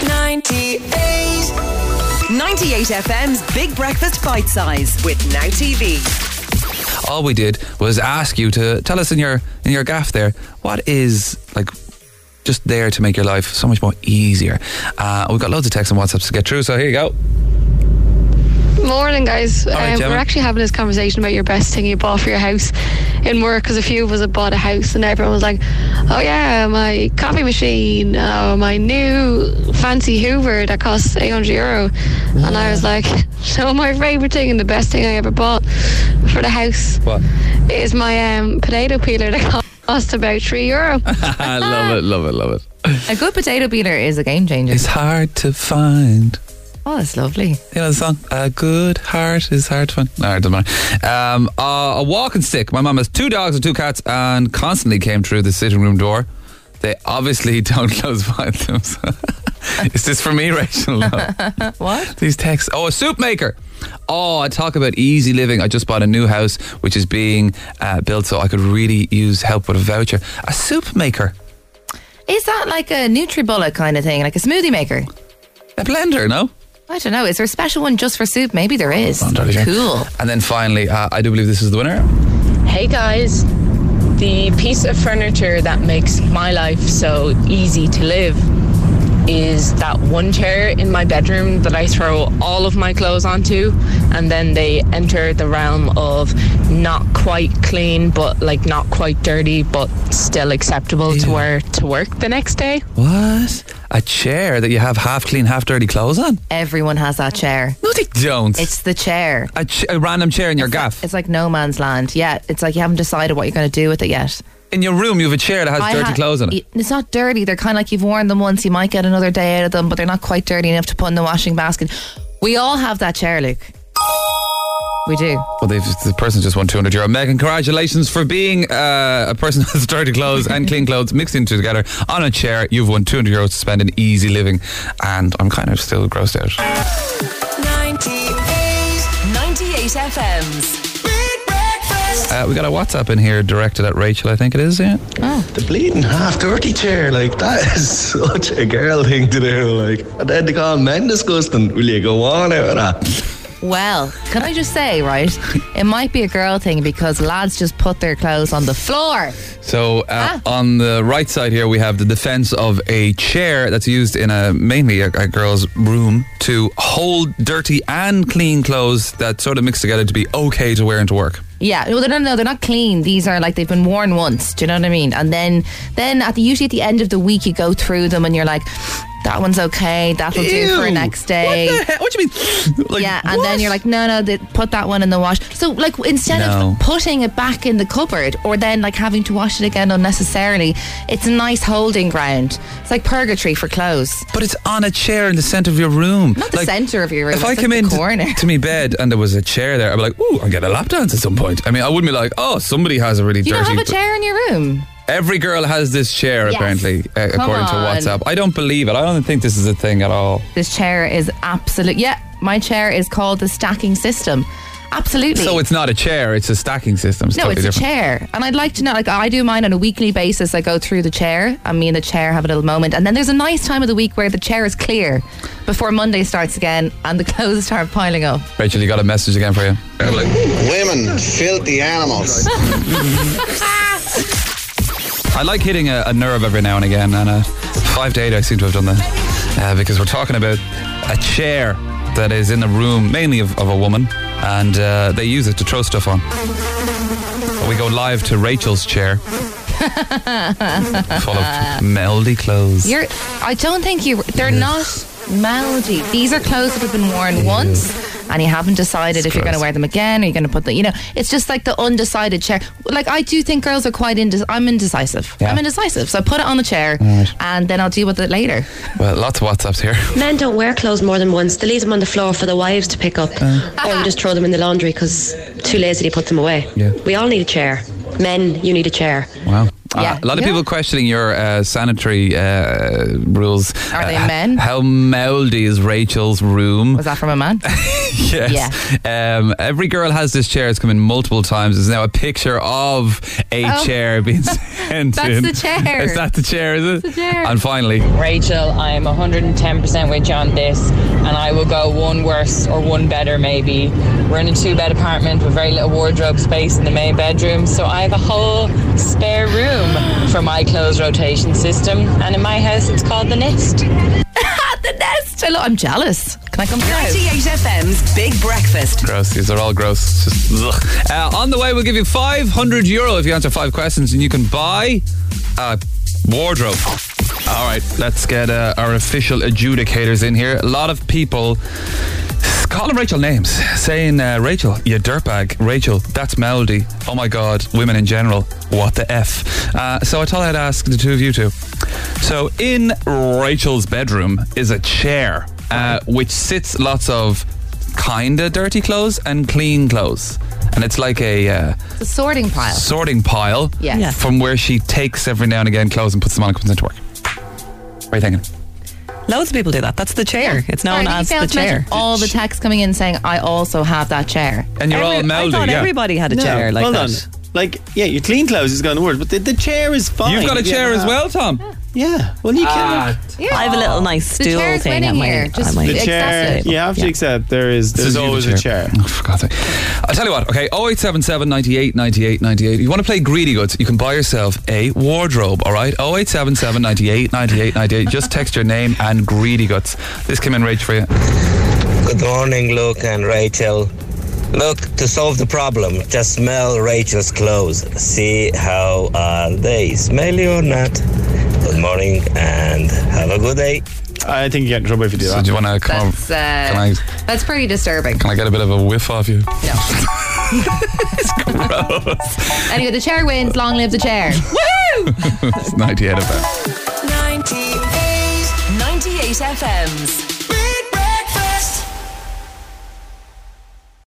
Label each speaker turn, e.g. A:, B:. A: 98.
B: 98 FM's Big Breakfast Bite Size with Now TV.
C: All we did was ask you to tell us in your in your gaff there what is like just there to make your life so much more easier. Uh, we've got loads of texts and WhatsApps to get through, so here you go.
D: Morning, guys.
C: right,
D: um,
C: Gemma.
D: we're actually having this conversation about your best thing you bought for your house in work because a few of us had bought a house and everyone was like, oh, yeah, my coffee machine, oh, my new fancy Hoover that costs 800 euro. And I was like, no, my favourite thing and the best thing I ever bought for the house
C: What?
D: is my um, potato peeler that cost about 3 euro.
C: I love it, love it, love it.
E: A good potato peeler is a game changer.
C: It's hard to find.
E: oh, it's lovely.
C: You know the song? A good heart is hard to find. No, it doesn't matter. Um, uh, a walking stick. My mum has two dogs and two cats and constantly came through the sitting room door. They obviously don't close behind them. so- is this for me, Rachel? No.
E: What?
C: These texts. Oh, a soup maker. Oh, I talk about easy living. I just bought a new house, which is being uh, built, so I could really use help with a voucher. A soup maker,
E: Is that like a NutriBullet kind of thing, like a smoothie maker?
C: a blender, no?
E: I don't know. Is there a special one just for soup? Maybe there is.
C: I'm totally sure.
E: Cool.
C: And then finally, uh, I do believe this is the winner.
F: Hey guys, the piece of furniture that makes my life so easy to live is that one chair in my bedroom that I throw all of my clothes onto, and then they enter the realm of not quite clean, but like not quite dirty, but still acceptable to
C: Ew.
F: wear to work the next day.
C: What? A chair that you have half clean, half dirty clothes on?
E: Everyone has that chair.
C: No, they don't.
E: It's the chair.
C: a, ch- a random chair in your gaff.
E: It's like no man's land. Yeah, it's like you haven't decided what you're going to do with it yet.
C: in your room, you have a chair that has
E: I
C: dirty
E: ha-
C: clothes on it.
E: It's not dirty. They're kind of like you've worn them once. You might get another day out of them, but they're not quite dirty enough to put in the washing basket. We all have that chair, Luke. We do.
C: Well, they've, the person just won 200 euro. Megan, congratulations for being uh, a person who has dirty clothes and clean clothes mixed into together on a chair. You've won 200 euros to spend in easy living, and I'm kind of still grossed out.
B: 98 FM's.
A: Big Breakfast.
C: Uh, we got a WhatsApp in here directed at Rachel, I think it is, yeah?
G: The bleeding half dirty chair, like that is such a girl thing to do. Like, and then they call men disgusting. Will you go on out of that?
E: Well, can I just say, right? It might be a girl thing because lads just put their clothes on the floor.
C: So uh,
E: Ah.
C: on the right side here, we have the defense of a chair that's used in a mainly a, a girl's room to hold dirty and clean clothes that sort of mix together to be okay to wear into work.
E: Yeah, well, they're not, no, they're not clean. These are like they've been worn once. Do you know what I mean? And then, then at the usually at the end of the week, you go through them and you're like, that one's okay. That'll do for
C: Ew,
E: next day.
C: What, the heck? what do you mean? Like,
E: yeah, and
C: what?
E: then you're like, no, no, th- put that one in the wash. So, like, instead
C: No.
E: of putting it back in the cupboard or then like having to wash it again unnecessarily, it's a nice holding ground. It's like purgatory for clothes.
C: But it's on a chair in the center of your room.
E: Not the centre of your room,
C: If I
E: it's
C: come
E: like
C: in
E: the
C: t-
E: corner.
C: to my bed and there was a chair there, I'd be like, "Ooh, I'll get a lap dance at some point." I mean, I wouldn't be like, "Oh, somebody has a really
E: You
C: dirty."
E: don't have a chair in your room.
C: Every girl has this chair,
E: Yes.
C: apparently, uh,
E: Come
C: according to
E: on.
C: WhatsApp. I don't believe it. I don't think this is a thing at all.
E: This chair is absolute. Yeah, my chair is called the stacking system. Absolutely.
C: So it's not a chair; it's a stacking system. It's
E: no,
C: totally
E: it's
C: different.
E: a chair, and I'd like to know. Like I do mine on a weekly basis. I go through the chair, and me and the chair have a little moment, and then there's a nice time of the week where the chair is clear before Monday starts again, and the clothes start piling up.
C: Rachel, you got a message again for you. I'm like,
H: Women, filthy animals.
C: I like hitting a, a nerve every now and again, and uh, five to eight, I seem to have done that uh, because we're talking about a chair that is in the room mainly of, of a woman, and uh, they use it to throw stuff on. But we go live to Rachel's chair, full of meldy clothes.
E: You're. I don't think you. They're not melody. These are clothes that have been worn once. And you haven't decided if you're going to
C: gross.
E: wear them again or you're going to put the, you know, it's just like the undecided chair. Like, I do think girls are quite, indes- I'm indecisive.
C: Yeah.
E: I'm indecisive. So I put it on the chair and then I'll deal with it later.
C: well, lots of WhatsApps here.
I: Men don't wear clothes more than once. They leave them on the floor for the wives to pick up, or we just throw them in the laundry because too lazy to put them away.
C: Yeah.
I: We all need a chair. Men, you need a chair.
C: Wow. Uh,
E: Yeah.
C: a lot of
E: Yeah.
C: people questioning your uh, sanitary uh, rules.
E: Are they
C: Uh,
E: men?
C: How mouldy is Rachel's room?
E: Was that from a man?
C: yes. Um, every girl has this chair. It's come in multiple times. There's now a picture of a
E: Oh.
C: chair being sent
E: That's
C: in.
E: the chair.
C: Is that the chair, is it?
E: the chair.
C: And finally,
F: Rachel, I am 110% with you on this, and I will go one worse or one better, maybe. We're in a two bed apartment with very little wardrobe space in the main bedroom, so I have a whole spare room for my clothes rotation system, and in my house it's called the Nest.
E: the nest. I lo- I'm jealous. Can I come to your house?
J: 98 FM's Big Breakfast.
C: gross. These are all gross. Just, ugh. uh, on the way, we'll give you 500 euro if you answer five questions, and you can buy a wardrobe. All right, let's get uh, our official adjudicators in here. A lot of people calling Rachel names, saying, uh, Rachel, you dirtbag. Rachel, that's Melody. Oh my God, women in general. What the F? Uh, so I thought I'd ask the two of you two. So in Rachel's bedroom is a chair uh, which sits lots of kinda dirty clothes and clean clothes. And it's like a uh,
E: It's a sorting pile.
C: sorting pile
E: Yes. Yeah.
C: from where she takes every now and again clothes and puts them on and comes into work. What are you thinking?
B: Loads of people do that. That's the chair. It's
E: Sorry,
B: known
E: did you
B: as
E: fail
B: the
E: to mention
B: chair.
E: All the texts coming in saying, I also have that chair.
C: And you're all
B: Every- I
C: mouldy.
B: thought
C: yeah.
B: everybody had a chair like
G: hold
B: that.
G: on. Like, yeah, your clean clothes is going to work, but the, the chair is fine.
C: You've got a
G: Yeah.
C: chair as well, Ah. Tom.
G: Yeah. Well, you can.
E: Yeah.
B: I have a little nice
E: The
B: stool
E: chair's
B: thing
E: winning
B: at my,
E: here.
B: at
E: Just
B: my
G: the
E: It's
G: chair.
E: excessive.
G: You have to
B: Yeah.
G: accept there is
C: This is
G: there's always a chair.
C: Oh, for God's sake. I'll tell you what, okay, 0877 98 98 98. You want to play greedy goods, you can buy yourself a wardrobe, all right? 0877 98 98 98. Just text your name and greedy goods. This came in rage for you.
K: Good morning, Luke and Rachel. Look, to solve the problem, just smell Rachel's clothes. See how are they? Smelly or not? Good morning and have a good day.
G: I think you get in trouble if you do
C: So
G: that.
C: do you want to come
E: That's,
C: over?
E: uh,
C: Can I,
E: that's pretty disturbing.
C: can I get a bit of a whiff off you?
E: No. Anyway, the chair wins. Long live the chair.
C: it's 98 of that.
J: 98. 98 FM's